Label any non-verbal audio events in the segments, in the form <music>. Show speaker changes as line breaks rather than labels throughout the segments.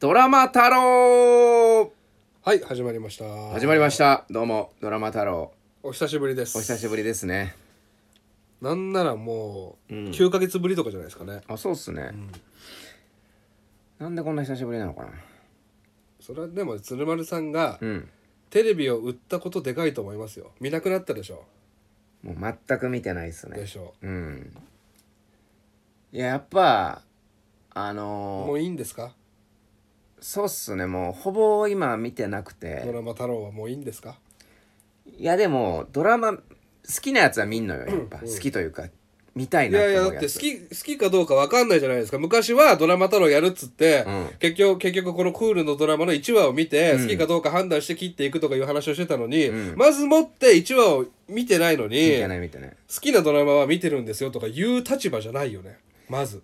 ドラマ太郎
はい始まりました
始まりましたどうもドラマ太郎
お久しぶりです
お久しぶりですね
なんならもう9ヶ月ぶりとかじゃないですかね、
あそうっすね、なんでこんな久しぶりなのかな
それはでも鶴丸さんが
うん
テレビを売ったことでかいと思いますよ見なくなったでしょ
もう全く見てないっすね
でしょ
うんいややっぱあのー
もういいんですか
そうっすねもうほぼ今見てなく
ド
て
ラマ太郎はもういいんですか
いやでもドラマ好きなやつは見んのよやっぱ、
うん
好きというか見たい
い
なっ
やい
て
や
思
だ
う
っ
や
て
つ
好き好きかどうかわかんないじゃないですか昔はドラマ太郎やるっつって、
うん
結局結局このクールのドラマの1話を見て、
ん
好きかどうか判断して切っていくとかいう話をしてたのに、
うん
まずもって1話を見てないのに
見てない見てない
好きなドラマは見てるんですよとか言う立場じゃないよねまず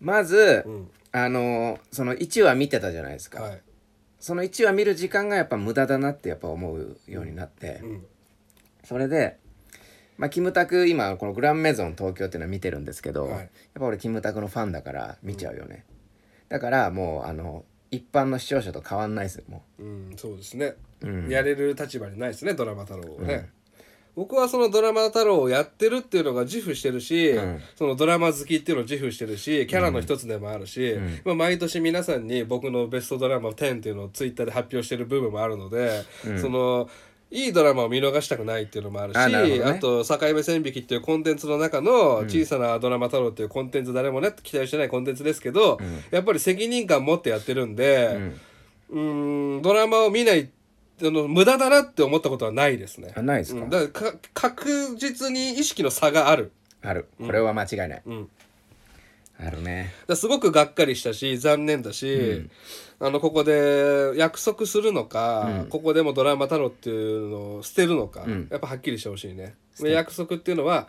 まず、
うん
あのーその1話見てたじゃないですか、
はい
その1話見る時間がやっぱ無駄だなってやっぱ思うようになって、
うん
それで、まあ、キムタク今このグランメゾン東京っていうのは見てるんですけど、
はい
やっぱ俺キムタクのファンだから見ちゃうよね、だからもうあの一般の視聴者と変わんないですよも
うんそうですね、
うん
やれる立場にないですねドラマ太郎をね、僕はそのドラマ太郎をやってるっていうのが自負してるし、
うん
そのドラマ好きっていうのを自負してるしキャラの一つでもあるし、まあ、毎年皆さんに僕のベストドラマ10っていうのをツイッターで発表してる部分もあるので、そのいいドラマを見逃したくないっていうのもあるし
あなるほどね
あと「境目線引き」っていうコンテンツの中の「小さなドラマ太郎」っていうコンテンツ誰もね期待してないコンテンツですけど、やっぱり責任感持ってやってるんで、うーんドラマを見ないあの無駄だなって思ったことはないですね
あないですか
うんだからか確実に意識の差がある
うあるこれは間違いない、
ん
あるね
だからすごくがっかりしたし残念だし、あのここで約束するのか、ここでも「ドラマ太郎」っていうのを捨てるのか、やっぱはっきりしてほしいねで約束っていうのは、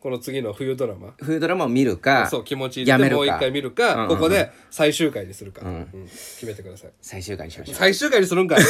この次の冬ドラマ
冬ドラマを見るか
そう気持ち入
や
れ
め
て
る
もう一
か
回見るか、
うんうんうん
ここで最終回にするか、うん決めてください
最終回にしましょ
<laughs> 最終回にするんかい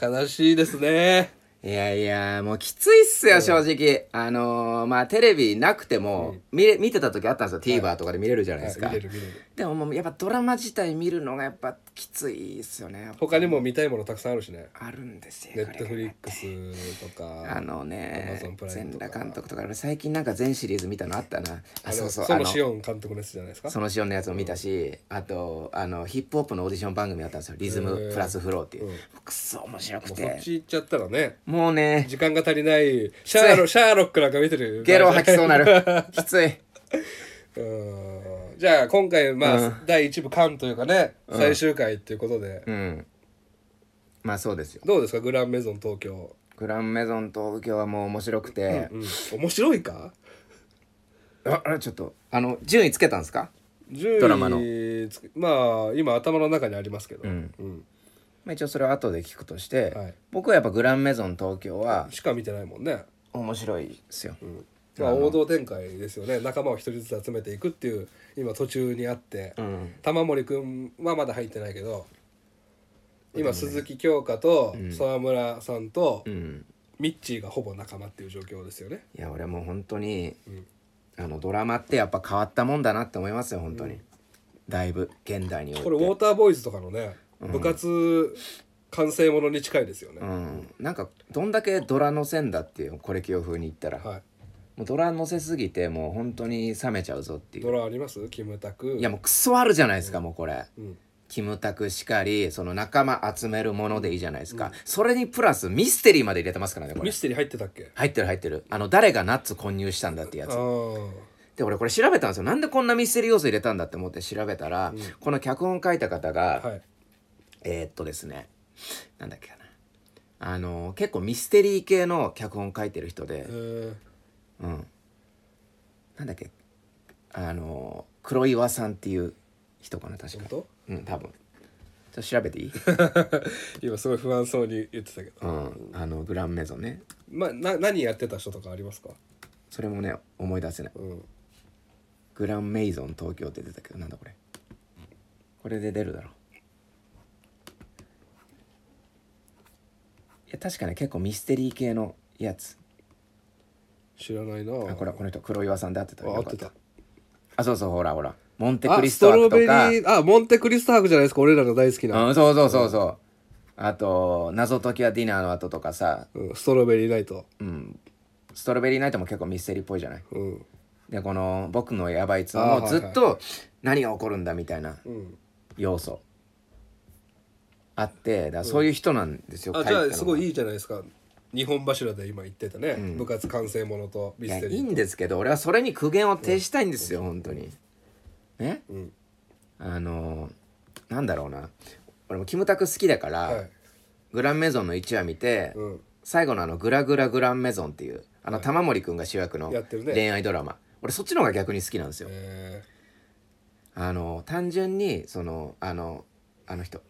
悲しいですね
ういやいやもうきついっすよ正直あのーまあテレビなくても、見れ見てた時あったんですよ TVer とかで見れるじゃないですか、
見れる見れる
でももうやっぱドラマ自体見るのがやっぱきついっすよね
他にも見たいものたくさんあるしね
あるんですよ
ネ
こ
ット
れ
フリックスとか
あのね
Amazon プライ
全
ムとか
裸監督とか俺最近なんか全シリーズ見たのあったなあそうそうあ
の
の
シオン監督のやつじゃないですか
そのシオンのやつも見たしあとあのヒップホップのオーディション番組あったんですよリズムプラスフローっていう、くっそ面白く
そってち行っちゃったらね
もうね
時間が足りないシャーロシャーロックなんか見てる
ゲロ吐きそう
<laughs>
なる <laughs> きついう
ーんじゃあ今回まあ、第一部巻というかね最終回っていうことで、
うんまあそうですよ
どうですかグランメゾン東京、
グランメゾン東京はもう面白くて、
うん、面白いか
ああれちょっとあの順位つけたんですか
ド
ドラマの
まあ今頭の中にありますけど、
ん
うん
まあ、一応それは後で聞くとして、
はい
僕はやっぱグランメゾン東京は
しか見てないもんね
面白いですよ、
まあ、王道展開ですよね仲間を一人ずつ集めていくっていう今途中にあって、玉森くんはまだ入ってないけど今鈴木京香と沢村さんと
うん
ミッチーがほぼ仲間っていう状況ですよね。
いや俺もう本当に、あのドラマってやっぱ変わったもんだなって思いますよ本当に、だいぶ現代において
これウォーターボーイズとかのね部活完成ものに近いですよね。
うん、なんかどんだけドラのせんだっていうこれ清風に言ったら、
は
もうドラのせすぎてもう本当に冷めちゃうぞって
い、
いう
ドラありますキムタク
いやもうクソあるじゃないですか、もうこれ、
ん
キムタクしかりその仲間集めるものでいいじゃないですか、それにプラスミステリーまで入れてますからねこれ
ミステリー入ってたっけ
入ってる入ってるあの誰がナッツ混入したんだってや
あ
つ
ー
で俺これ調べたんですよなんでこんなミステリー要素入れたんだって思って調べたら、この脚本書いた方が、
はい
えー、っとですねなんだっけかなあの結構ミステリー系の脚本書いてる人で
え、ー
うん、なんだっけあの黒岩さんっていう人かな確か
本当
うん多分ちょっと調べていい、
今すごい不安そうに言ってたけど
うん、あのグランメゾンね
まあ、な何やってた人とかありますか、
それもね思い出せない
うん、
グランメイゾン東京って出たけどなんだこれこれで出るだろういや確かね結構ミステリー系のやつ
知らないな
あこれこの人黒岩さんで会ってた
あ合って
よか
た
あそうそうほらほらモンテク
あ
リス
ス
ト
ト
博
ロベ
と
リ
か、
ーあモンテクリスト博じゃないですか俺らの大好きな、
うん、そうそうそうそうあと謎解きはディナーの後とかさ、
うんストロベリーナイト、
うん、ストロベリーナイトも結構ミステリーっぽいじゃない
うん
でこの「僕のやばいつ」
あー
もずっと何が起こるんだみたいな
うん、
要素あってだからそういう人なんですよ、
あじゃあすご
い
いいいじゃないですか日本柱で今言ってたね、部活完成ものとミ
いや
ステ
い
リ
い
ー
んですけど俺はそれに苦言を呈したいんですよ、本当にね、
ん
あのーなんだろうな俺もキムタク好きだから、
はい
グランメゾンの1話見て、
うん
最後のあの「グラグラグランメゾン」っていうあの玉森くんが主役の
やってるね
恋愛ドラマ、俺そっちの方が逆に好きなんですよ、
え
あの単純にそのあのあの人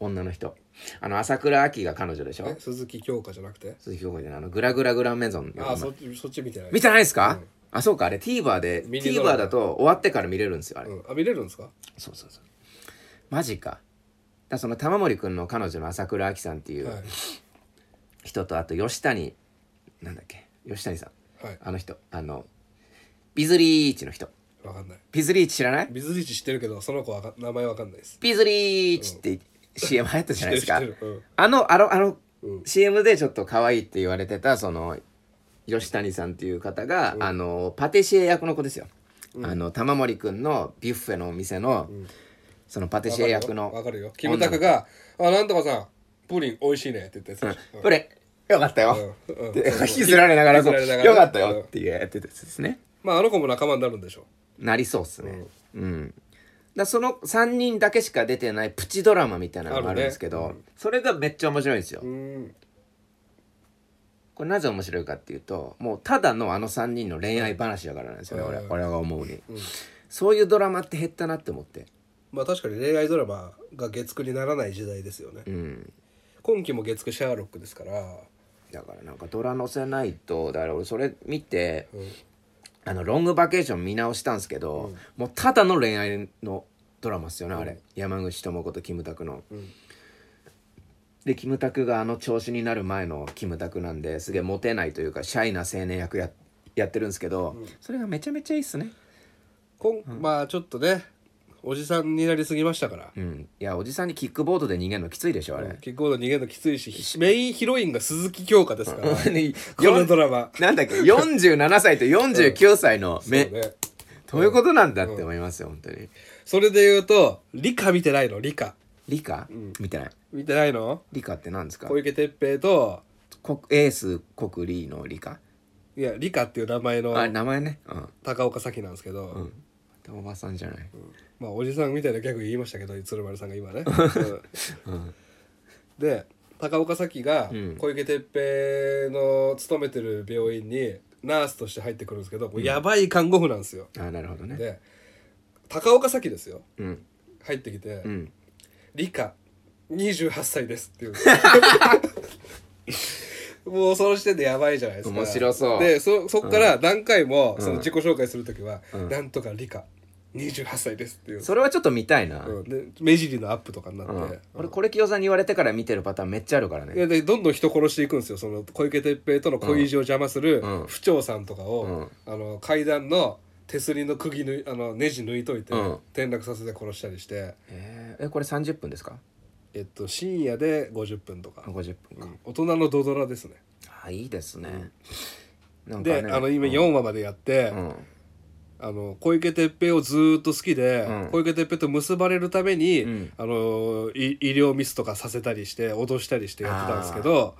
女の人あの朝倉亜希が彼女でし
ー
ょ
え鈴木京香じゃなくて
鈴木京子じゃないあのグラグラグランメゾンの
あーそっちそっち見てない
見てないですか、あそうかあれ TVer で
ミニドラマ
TVer だと終わってから見れるんですよあれ、
うん、あ見れるんですか
そうそうそうマジかだからその玉森くんの彼女の朝倉亜希さんってい
はいう
人と、あと吉谷なんだっけ吉谷さん
はい
あの人あのビズリーチの人
わかんない
ビズリーチ知らない
水リーチ知ってるけどその子はわか名前わかんないです
ビズリーチって CM 流行ったじゃないですか
知ってる知ってる
あのあのあの
うん
CM でちょっと可愛いって言われてたその吉谷さんっていう方が、あのパティシエ役の子ですよ、あの玉森くんのビュッフェのお店の、そのパティシエ役
わ
の
かるよキムタクが「あなんとかさんプリン美味しいね」って言ったやつ
「これよかったよ」
うんうん
って引きずられながらそう
引きずられながら
よかったよ」って言ってたやつですね、
まああの子も仲間になるんでしょ
なりそうっすねうん、だその3人だけしか出てないプチドラマみたいなのがあるんですけど、それがめっちゃ面白いんですよ、
ううん
これなぜ面白いかっていうともうただのあの3人の恋愛話だからなんですよね、俺俺が思うに、そういうドラマって減ったなって思って
まあ確かに恋愛ドラマが月9にならない時代ですよね、
うん
今期も月9シャーロックですから
だからなんかドラ載せないとだから俺それ見て、
ん
あのロングバケーション見直したんですけど、もうただの恋愛のドラマっすよね、あれ山口智子とキムタクの、でキムタクがあの調子になる前のキムタクなんですげえモテないというかシャイな青年役ややってるんですけど、それがめちゃめちゃいいっすね
こん、まあちょっとねおじさんになりすぎましたから、
うん、いやおじさんにキックボードで逃げるのきついでしょあれ、
結構逃げるのきついしメインヒロインが鈴木京香ですか
<laughs>
ら、
ね
このドラマ
<laughs> なんだっけ47歳と49歳の目、
そうね
どういうことなんだって思いますよ、本当に
それで言うと理科見てないの理科
理科、見てない
見てないの
理科って何ですか
小池徹平と
こエース国理の理科
いや理科っていう名前の
あ名前ねうん
高岡早紀なんですけど、
でおばさんじゃない、
まあおじさんみたいなギャグ言いましたけ <laughs> ど鶴丸さんが今ね、うんで高岡早紀が小池徹平の勤めてる病院にナースとして入ってくるんですけどもうやばい看護婦なんですよ、
あなるほどね
で高岡早紀ですよ
うん
入ってきて「
ん
理科28歳で
<laughs>
す」っていうもうその時点でやばいじゃないですか
面白そう
でそそっから何回もその自己紹介する時は「なんとか理科28歳です」っていう
それはちょっと見たいな、
うんで目尻のアップとかになって、
俺これ清さんに言われてから見てるパターンめっちゃあるから
い
ね
やでどんどん人殺していくんですよその小池徹平との恋路を邪魔する
うん
府長さんとかを、あの階段の手すりの釘ぬいあのネジ抜いといて、
うん
転落させて殺したりして、
えーえこれ30分ですか
えっと、深夜で50分とか、
あ50分か、
大人のドドラですね
あいいですね、なんかね
であの今4話までやって、
うん
あの小池徹平をずーっと好きで、
うん
小池徹平と結ばれるために、
ん
あのい医療ミスとかさせたりして脅したりしてやってたんですけど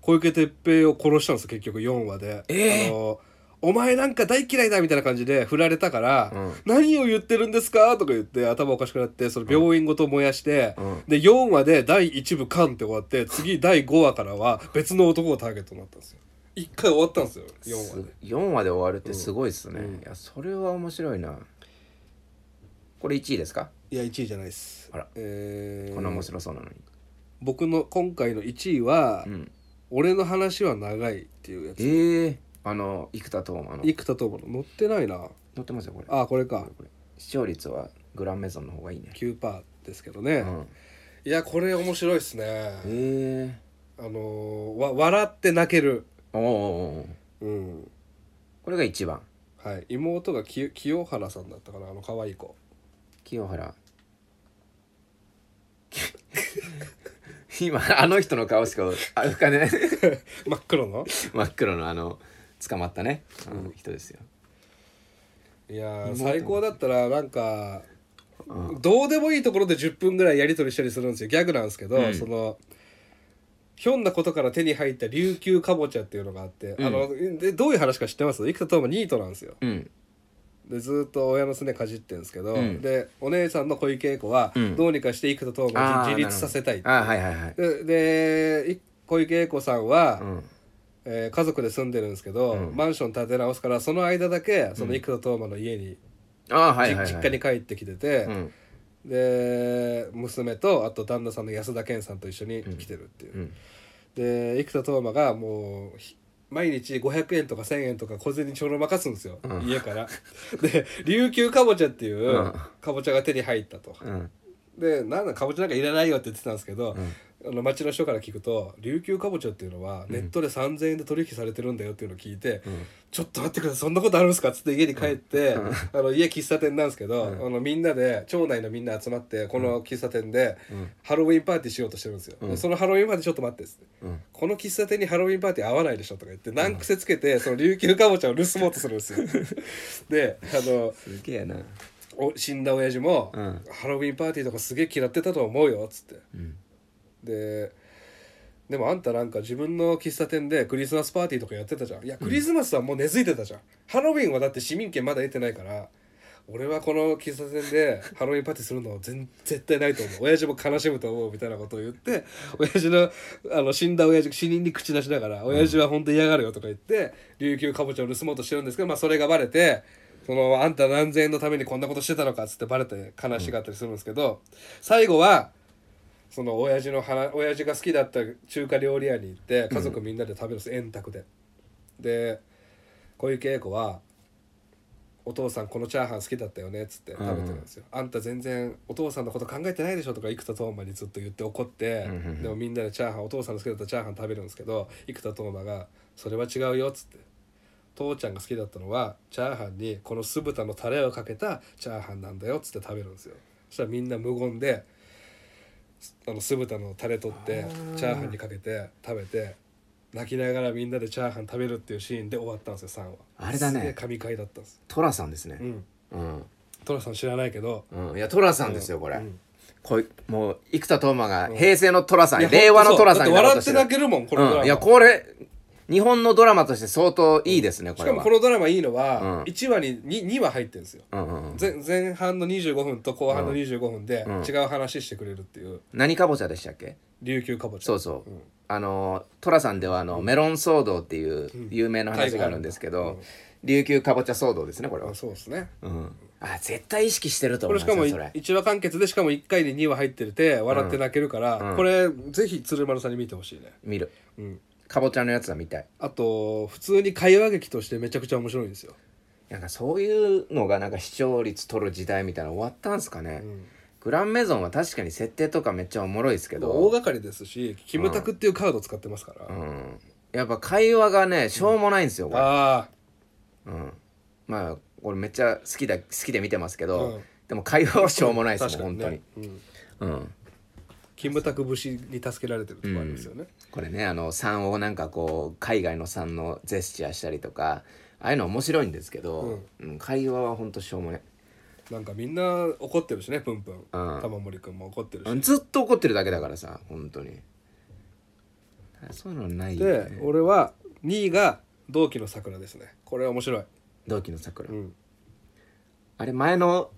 小池徹平を殺したんですよ結局4話で、あのお前なんか大嫌いだみたいな感じで振られたから「何を言ってるんですか?」とか言って頭おかしくなってその病院ごと燃やして、で4話で第1部カンって終わって次第5話からは別の男がターゲットになったんですよ一回終わったんですよ4話で。
4話で終わるってすごいっすね、いやそれは面白いなこれ1位ですか
いや1位じゃないです
あら
えー
こんな面白そうなのに、
僕の今回の1位は、
ん
俺の話は長い」っていうやつ
ええあの生田斗真の載
生田斗真の載ってないな
ってますよこれ
あこれか
視聴率はグランメゾンの方がいいね
9%ですけどね、
うん
いやこれ面白いっすね
え
あのーわ笑って泣ける
えおうおうおう
うん
これが1番
はい妹がき清原さんだったかなあの可愛い子
清原 <laughs> 今あの人の顔しかあ浮かんでない
真っ黒の
<laughs> 真っ黒のあの捕まったねあの人ですよ、
いやー最高だったらなんかどうでもいいところで10分ぐらいやり取りしたりするんですよギャグなんですけど、
うん
そのひょんなことから手に入った琉球かぼちゃっていうのがあって、あのでどういう話か知ってます生田斗真ニートなんですよ
うん
でずーっと親のすねかじってんですけど、
うん
でお姉さんの小池栄子は、
うん
どうにかして生田斗真
あ
を
ー
自立させたい
なるほどあーはいはいはい
ででい小池栄子さんは、
うん
えー家族で住んでるんですけど、
うん
マンション建て直すからその間だけその生田斗真の家に、
あーはい
じ
はいはい
実家に帰ってきてて、
うん
で娘とあと旦那さんの安田健さんと一緒に来てるっていう、
うん
で生田斗真がもうひ毎日500円とか1000円とか小銭ちょろまかすんですよ、
うん
家からで琉球かぼちゃっていう、
うん
かぼちゃが手に入ったと
うん
でなんだかぼちゃなんかいらないよって言ってたんですけど、
うん
あの町の人から聞くと琉球かぼちゃっていうのはネットで3,000円で取引されてるんだよっていうのを聞いて、
ん
ちょっと待ってくださいそんなことあるんですかっつって家に帰って、
うん
<laughs> あの家喫茶店なんですけど、
うん
あのみんなで町内のみんな集まってこの喫茶店で
うん
ハロウィンパーティーしようとしてるんですよ、
うん
でそのハロウィンパーティーちょっと待ってっつって
うん
この喫茶店にハロウィンパーティー合わないでしょとか言って難癖つけてその琉球かぼちゃを盗もうとするんですよ
<laughs>
であの
すげえな
お死んだ親父も、
うん
ハロウィンパーティーとかすげえ嫌ってたと思うよ」っつって
うん
ででもあんたなんか自分の喫茶店でクリスマスパーティーとかやってたじゃんいやクリスマスはもう根付いてたじゃん、ハロウィンはだって市民権まだ得てないから俺はこの喫茶店でハロウィンパーティーするの全絶対ないと思う親父も悲しむと思うみたいなことを言って親父のあの死んだ親父死人に口出しながら親父は本当に嫌がるよとか言って琉球かぼちゃを盗もうとしてるんですけど、まあ、それがバレてそのあんた何千円のためにこんなことしてたのかっつってバレて悲しかったりするんですけど、最後はその親父の話親父が好きだった中華料理屋に行って家族みんなで食べるんです、円卓でで小池栄子は「お父さんこのチャーハン好きだったよね」っつって食べてるんですよ、あんた全然お父さんのこと考えてないでしょ」とか生田斗真にずっと言って怒って、
うんうんうん
でもみんなでチャーハンお父さんの好きだったチャーハン食べるんですけど生田斗真が「それは違うよ」っつって父ちゃんが好きだったのはチャーハンにこの酢豚のタレをかけたチャーハンなんだよっつって食べるんですよそしたらみんな無言であの酢豚のタレ取ってチャーハンにかけて食べて泣きながらみんなでチャーハン食べるっていうシーンで終わったんですよ3話
あれだね
すげえ神回だったんです
寅さんです
う
ね
ん
うん
寅さん知らないけど
うんいや寅さんですよこれ
うん
こいもう生田斗真が平成の寅さん
いや
令和の寅さん
だ
に
って
なろう
笑
と
っ
して
て
る
泣けるもんこのドラ
う
マ
ん、いやこれ日本のドラマとして相当いいですね、こ
し
れ
か
は
もこのドラマいいのは
うん
1話に 2, 2話入ってるんですよ
うんうんうん、
前前半の25分と後半の25分で
うん
違う話してくれるっていう
何かぼちゃでしたっけ
琉球かぼちゃ
そうそう、
うん
あの寅さんではあのメロン騒動っていう有名な話があるんですけど、琉球かぼちゃ騒動ですねこれは
あ、そうですね
うん、あ絶対意識してると
こ
思う
れ
ん
し
です
かも
よそれ
1話完結でしかも1回に2話入ってるて笑って泣けるから、これぜひ鶴丸さんに見てほしいね
見る
うん
かぼちゃのやつは見たい
あと普通に会話劇としてめちゃくちゃ面白いんですよ
なんかそういうのがなんか視聴率取る時代みたいなの終わったんすかね、グランメゾンは確かに設定とかめっちゃおもろいですけど
大掛かりですしキムタクっていうカード使ってますから、
うん、やっぱ会話がねしょうもないんですよ、これ
ああ
うん、まあこれめっちゃ好きだ好きで見てますけど、
うん
でも会話はしょうもないです
確
も
か
ん、
にね
本、
うん、
当に、うん、
キムタク節に助けられてるとこありますよね、
これねあの3をなんかこう海外の3のジェスチャーしたりとかああいうの面白いんですけど、うん会話は本当しょうもない、
なんかみんな怒ってるしねプンプン、
うん
玉森くんも怒ってるし、
うんずっと怒ってるだけだからさ本当にそういうのないよ
で
ね
俺は2位が同期の桜ですねこれ面白い、
同期の桜、
うん、
あれ前の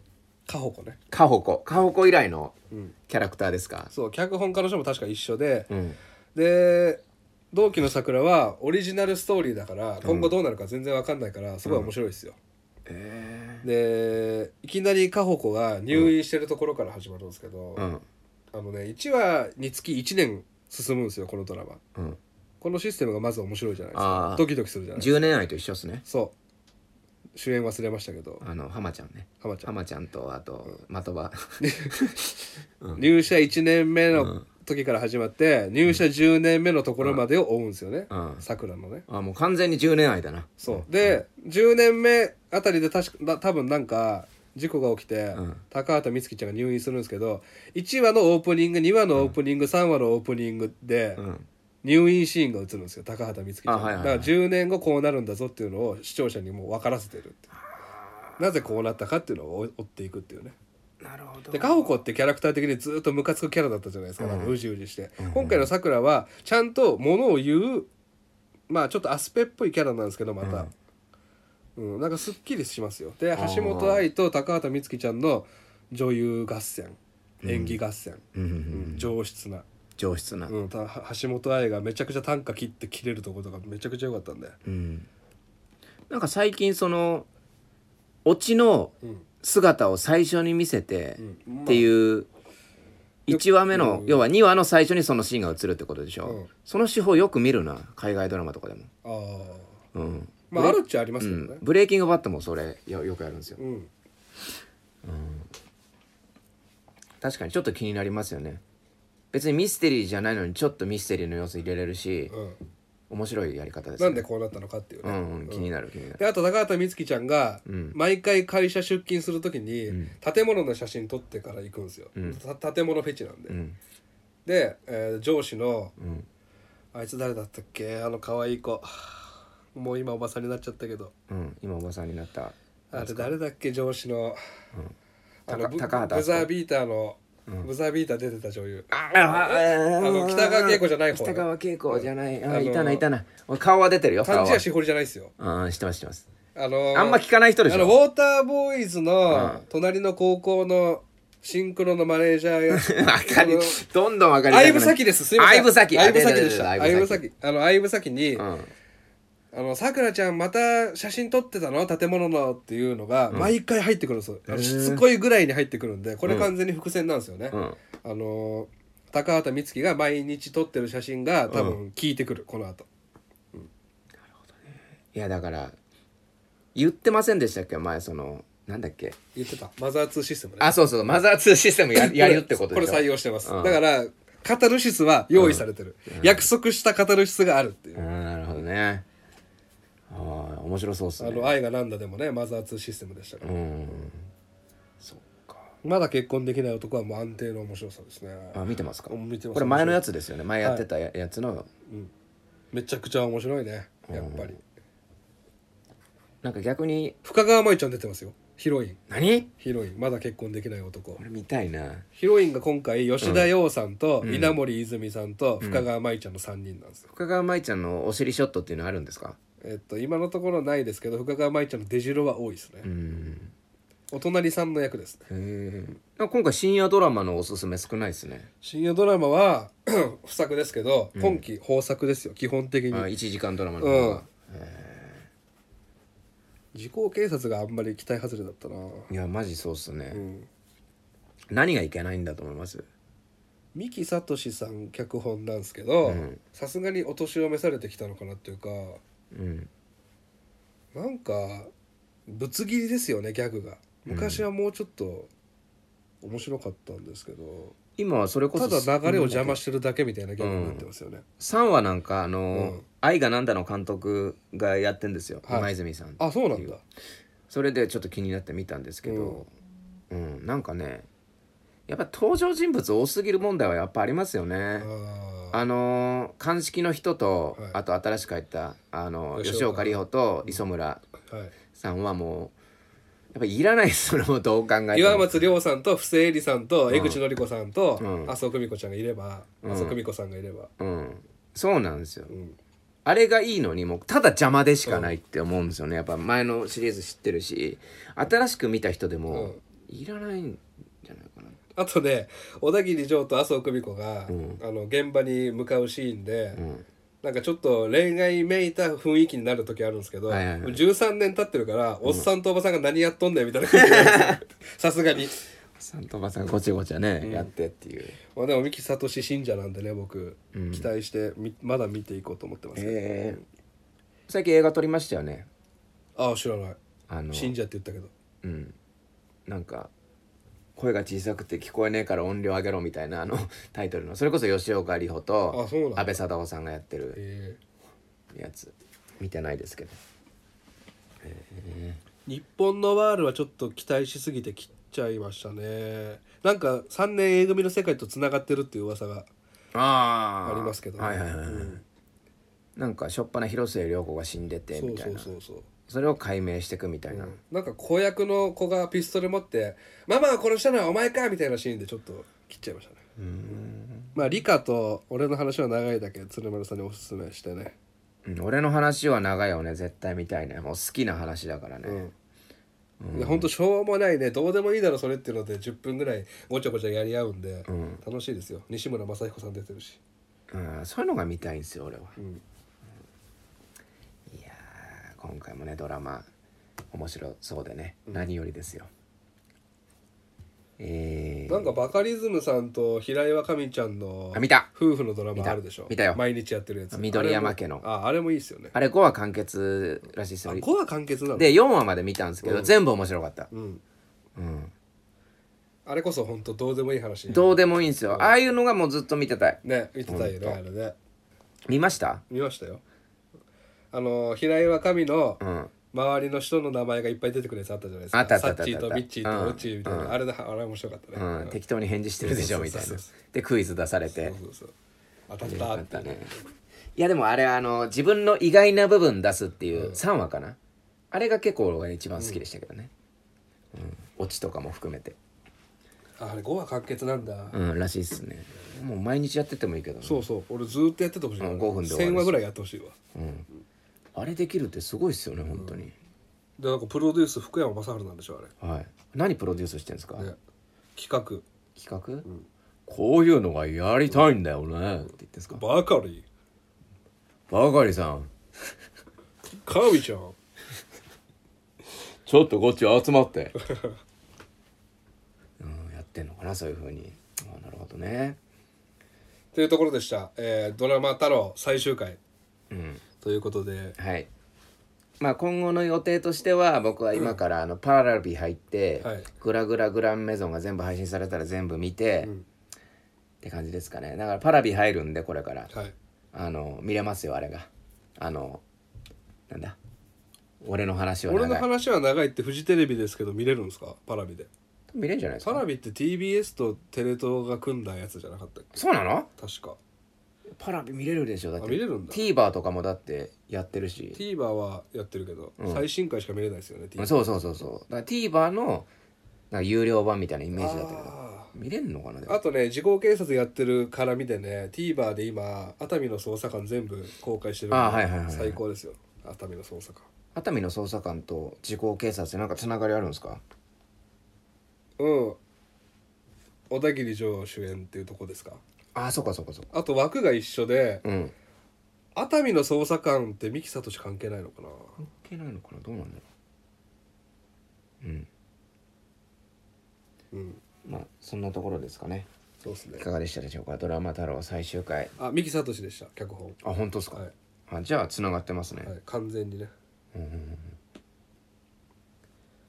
カホコね
カホコカホコ以来の
うん
キャラクターですか、
そう脚本家の人も確か一緒で、
うん、
で「同期の桜」はオリジナルストーリーだから今後どうなるか全然わかんないからすごい面白いですよ、
え
でいきなりかほこが入院してるところから始まるんですけど、
ー、うん
あのね1話につき1年進むんですよこのドラマ
うん
このシステムがまず面白いじゃないです
あ
か
ー
ドキドキするじゃないですか
10年愛と一緒っすね
そう主演忘れましたけど
あの浜ちゃんね
浜ちゃん
浜ちゃんとあと的場 <laughs>
入社1年目の時から始まって入社10年目のところまでを追うんですよね
うん
さくらのね
あもう完全に10年愛だな
そうで10年目あたりで確かだ多分なんか事故が起きて、
うん
高畑充希ちゃんが入院するんですけど1話のオープニング2話のオープニング、3話のオープニングで
うん
入院シーンが映るんですよ高畑充希ちゃん、
あはいはいはい
だから10年後こうなるんだぞっていうのを視聴者にもう分からせてるっていうなぜこうなったかっていうのを追追っていくっていうね
なるほど
でカホコってキャラクター的にずっとムカつくキャラだったじゃないですか、なんかうじうじして、今回のさくらはちゃんとものを言うまあちょっとアスペっぽいキャラなんですけどまた、うんなんかすっきりしますよで
ー
橋本愛と高畑充希ちゃんの女優合戦演技合戦、
うんうんう
うん
ん
上質な、
上質な
うん、た橋本愛がめちゃくちゃ短歌切って切れるところとかめちゃくちゃ良かったんで、
うんなんか最近そのオチの
うん
姿を最初に見せて
うん
っていう1話目の
うん
要は2話の最初にそのシーンが映るってことでし
う
ょ
ん
その手法よく見るな海外ドラマとかでも
ああ
うん
まああるっちゃあります
う
けど
ん
ね、
ブレイキングバットもそれよよくやるんですよ
うん
確かにちょっと気になりますよね別にミステリーじゃないのにちょっとミステリーの要素入れれるし
うん
面白いやり方ですね
なんでこうなったのかっていう
う
ね、
んうん気になる気になる
であと高畑充希ちゃんが毎回会社出勤するときに建物の写真撮ってから行くんですよ、た建物フェチなんで、
ん
で、えー上司の、あいつ誰だったっけあの可愛い子もう今おばさんになっちゃったけど
うん今おばさんになった
あれ誰だっけ上司の,、あの
高
ブ
高畑
ブザービーターの、ブザービーター出てた女優
ああ
あの北川景子じゃない方ね
北川景子じゃない
あ
あ
の
いたないたな俺顔は出てるよ
漢
顔
字
は
はしほりじゃないですよ
うん知ってます知ってます
あのー
あんま聞かない人で
あ
し
のウ
ょ
ォーターボーイズの隣の高校のシンクロのマネージャーやつ
<laughs> わかりどんどんわかりづらくなる
相武咲ですすいません
相武咲
相武咲でした
あ
相
出てる
武
出てる
咲あの相武咲に
うん
「あのさくらちゃんまた写真撮ってたの建物の」っていうのが毎回入ってくるんですよあのしつこいぐらいに入ってくるんでこれ完全に伏線なんですよね
ん
あの高畑充希が毎日撮ってる写真が多分効いてくるこの後
いやだから言ってませんでしたっけ前そのなんだっけ
言ってたマザー2システムね
あそうそうマザー2システムややるってことでしょ
これ採用してます、
うん
だからカタルシスは用意されてる、約束したカタルシスがあるっていう、
うんなるほどねああ面白そうっす
あ
ね
の愛がなんだでもねマザー2システムでしたから、
うんそっか
まだ結婚できない男はもう安定の面白さですね
あ見てますか
見てます
これ前のやつですよね前やってたややつの
めちゃくちゃ面白いねやっぱり、
なんか逆に
深川舞ちゃん出てますよヒロイン
何
ヒロインまだ結婚できない男
これ見たいな
ヒロインが今回吉田羊さんと稲森泉さんと深川舞ちゃんの3人なんですよ、
深川舞ちゃんのお尻ショットっていうのあるんですか
えっと今のところないですけど深川舞ちゃんの出城は多いですね、
うん
お隣さんの役ですね
へえなんか今回深夜ドラマのおすすめ少ないですね
深夜ドラマは <clears throat> 不作ですけど、今期豊作ですよ基本的
あ
に
1時間ドラマの
う
方
ん
が
時効警察があんまり期待外れだったな、
いやマジそうっす
う
ね
ん、
何がいけないんだと思います
三木聡さん脚本なんですけどさすがにお年を召されてきたのかなっていうか
うん
なんかぶつ切りですよねギャグが昔はもうちょっと面白かったんですけど、
今はそれこそ
ただ流れを邪魔してるだけみたいなギャグになってますよね、
3話なんかあの、
うん
愛がなんだ」の監督がやってんですよ、
はい
今泉さん
あそうなんだ
それでちょっと気になって見たんですけど、うんなんかねやっぱ登場人物多すぎる問題はやっぱありますよね
あ。ー
あのー鑑識の人と、
はい
あと新しく入ったあの
吉岡
吉岡里帆と磯村
はい
さんはもうやっぱいらないですよねもうどう考えて
岩
も。
松亮さんと布施恵里さんと江口のり子さんと
うん
麻生久美子ちゃんがいれば、
ん
麻生久美子さんがいれば、
うん、そうなんですよ、
ん
あれがいいのにもうただ邪魔でしかないって思うんですよねやっぱ前のシリーズ知ってるし新しく見た人でもいらないんじゃないかな
<laughs> あとね小田切丈と麻生久美子が、あの現場に向かうシーンで、なんかちょっと恋愛めいた雰囲気になる時あるんですけど、
はいはいはい
13年経ってるからおっさんとおばさんが何やっとんだよみ
<laughs>
たいな感じなんですよさすがに、
さんとばさんごちゃごちゃね、やってっていう
まあ、でも三木聡信者なんでね僕、期待してみまだ見ていこうと思ってますけど、
えー、最近映画撮りましたよね
ああ知らない
あの
信者って言ったけど
うんなんか声が小さくて聞こえねえから音量上げろみたいなあの <laughs> タイトルのそれこそ吉岡里帆と
あそうなんだ
安倍貞夫さんがやってる
えー
やつ見てないですけど
日本のワールはちょっと期待しすぎて切っちゃいましたねなんか3年 A 組の世界とつながってるっていう噂が
あ
ありますけどね
はいはいはいはい、
うん
なんかしょっぱな広末涼子が死んでて
そ
み
う
たい
そ
な
う
そ
そうそう
れを解明していくみたいな、
なんか子役の子がピストル持って「ママが殺したのはお前か!」みたいなシーンでちょっと切っちゃいましたねまあ理科と俺の話は長いだけ鶴丸さんにおすすめしてね
うん俺の話は長いよね絶対みたいなもう好きな話だからね、
うんいやほんとしょうもないねどうでもいいだろそれっていうので10分ぐらいごちゃごちゃやり合うんで、楽しいですよ西村雅彦さん出てるし
うん、そういうのが見たいんですよ俺は、
ん
いやー今回もねドラマ面白そうでね、何よりですよえー、
なんかバカリズムさんと平岩神ちゃんの
あ見た
夫婦のドラマ
た
あるでしょ
見たよ
毎日やってるやつ
緑山家の
あれもああれもいいですよね
あれ5話完結らしいですよ
5は完結なの
で4話まで見たんですけど、全部面白かった、
うん、
うん、
あれこそ本当どうでもいい話
どうでもいいんですよ、ああいうのがもうずっと見てたい
ね見てたいよねあれね
見ました
見ましたよあの平岩神の
うん
周りの人の名前がいっぱい出てくるやつあったじゃないです
あ
か
ったあったあっ
サ
た
ッチーとミッチー
うん
とロッチーみたいな、あれだあれ面白かったね、
うん、適当に返事してるでしょ
そう
み
そ
た
う
い
そうそ
な
う
でクイズ出されて
そうそうそう当たっ
よ
た
か
っ
ってたねいやでもあれあの自分の意外な部分出すっていう3話かな、あれが結構俺が一番好きでしたけどね、うん、オチとかも含めて
ああれ5話完結なんだ、
うんらしいっすねもう毎日やっててもいいけどね
そうそう俺ずーっとやっててほしいな、
うん五分で終わる
1000話ぐらいやってほしいわ
あれできるってすごいっすよね本当に、
でなんかプロデュース福山雅治なんでしょあれ
はい何プロデュースしてんですか、
ね企画
企画、こういうのがやりたいんだよね、って言ってんですか
バカリ
バカリさん
カービちゃん
ちょっとこっち集ま
<laughs>
って、うん、やってんのかなそういうふうにあなるほどね
というところでした、えードラマ「太郎」最終回
うん
ということで
はいまあ今後の予定としては僕は今からあのパラビ入って
はい
「グラグラグランメゾン」が全部配信されたら全部見て、
うん
って感じですかねだからパラビ入るんでこれから
はい
あの見れますよあれがあのなんだ俺の話は
俺の
長い
話は長いってフジテレビですけど見れるんですかパラビで
見れるんじゃないです
パ
か
ラビって TBS とテレ東が組んだやつじゃなかったっけ
そうなの
確か
パラビ見れるでしょだっ
あ
て
見れるんだ
TVer とかもだってやってるし
TVer はやってるけど、最新回しか見れないですよね TVer
そうそうそうそうだから TVer のなんか有料版みたいなイメージだったけど
あ
見れんのかなで
ー
も
あとね時効警察やってる絡みでね TVer で今熱海の捜査官全部公開してるんで
あーはいはいはいはい
最高ですよ熱海の捜査官
熱海の捜査官と時効警察ってなんかつながりあるんですか
うん小田切丈主演っていうとこですか
ああそっかそっかそっか
あと枠が一緒で、
うん
熱海の捜査官って三木聡関係ないのかな
関係ないのかなどうなんだろううん
うん
まあそんなところですかね
そうですね
いかがでしたでしょうかドラマ太郎最終回
あ三木聡でした脚本
あ本当ですか、
はい、
あじゃあつながってますね、
はい、完全にね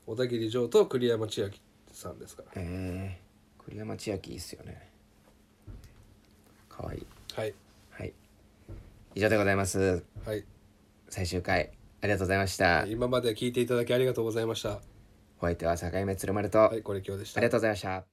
小田切丈と栗山千明さんですから
えー、栗山千明いいっすよねかわいい
はい
はい以上でございます
はい
最終回ありがとうございました
今まで聞いていただきありがとうございました
お相手は境目鶴丸と、
はいこれ今日でし
あ
た
りがとうございました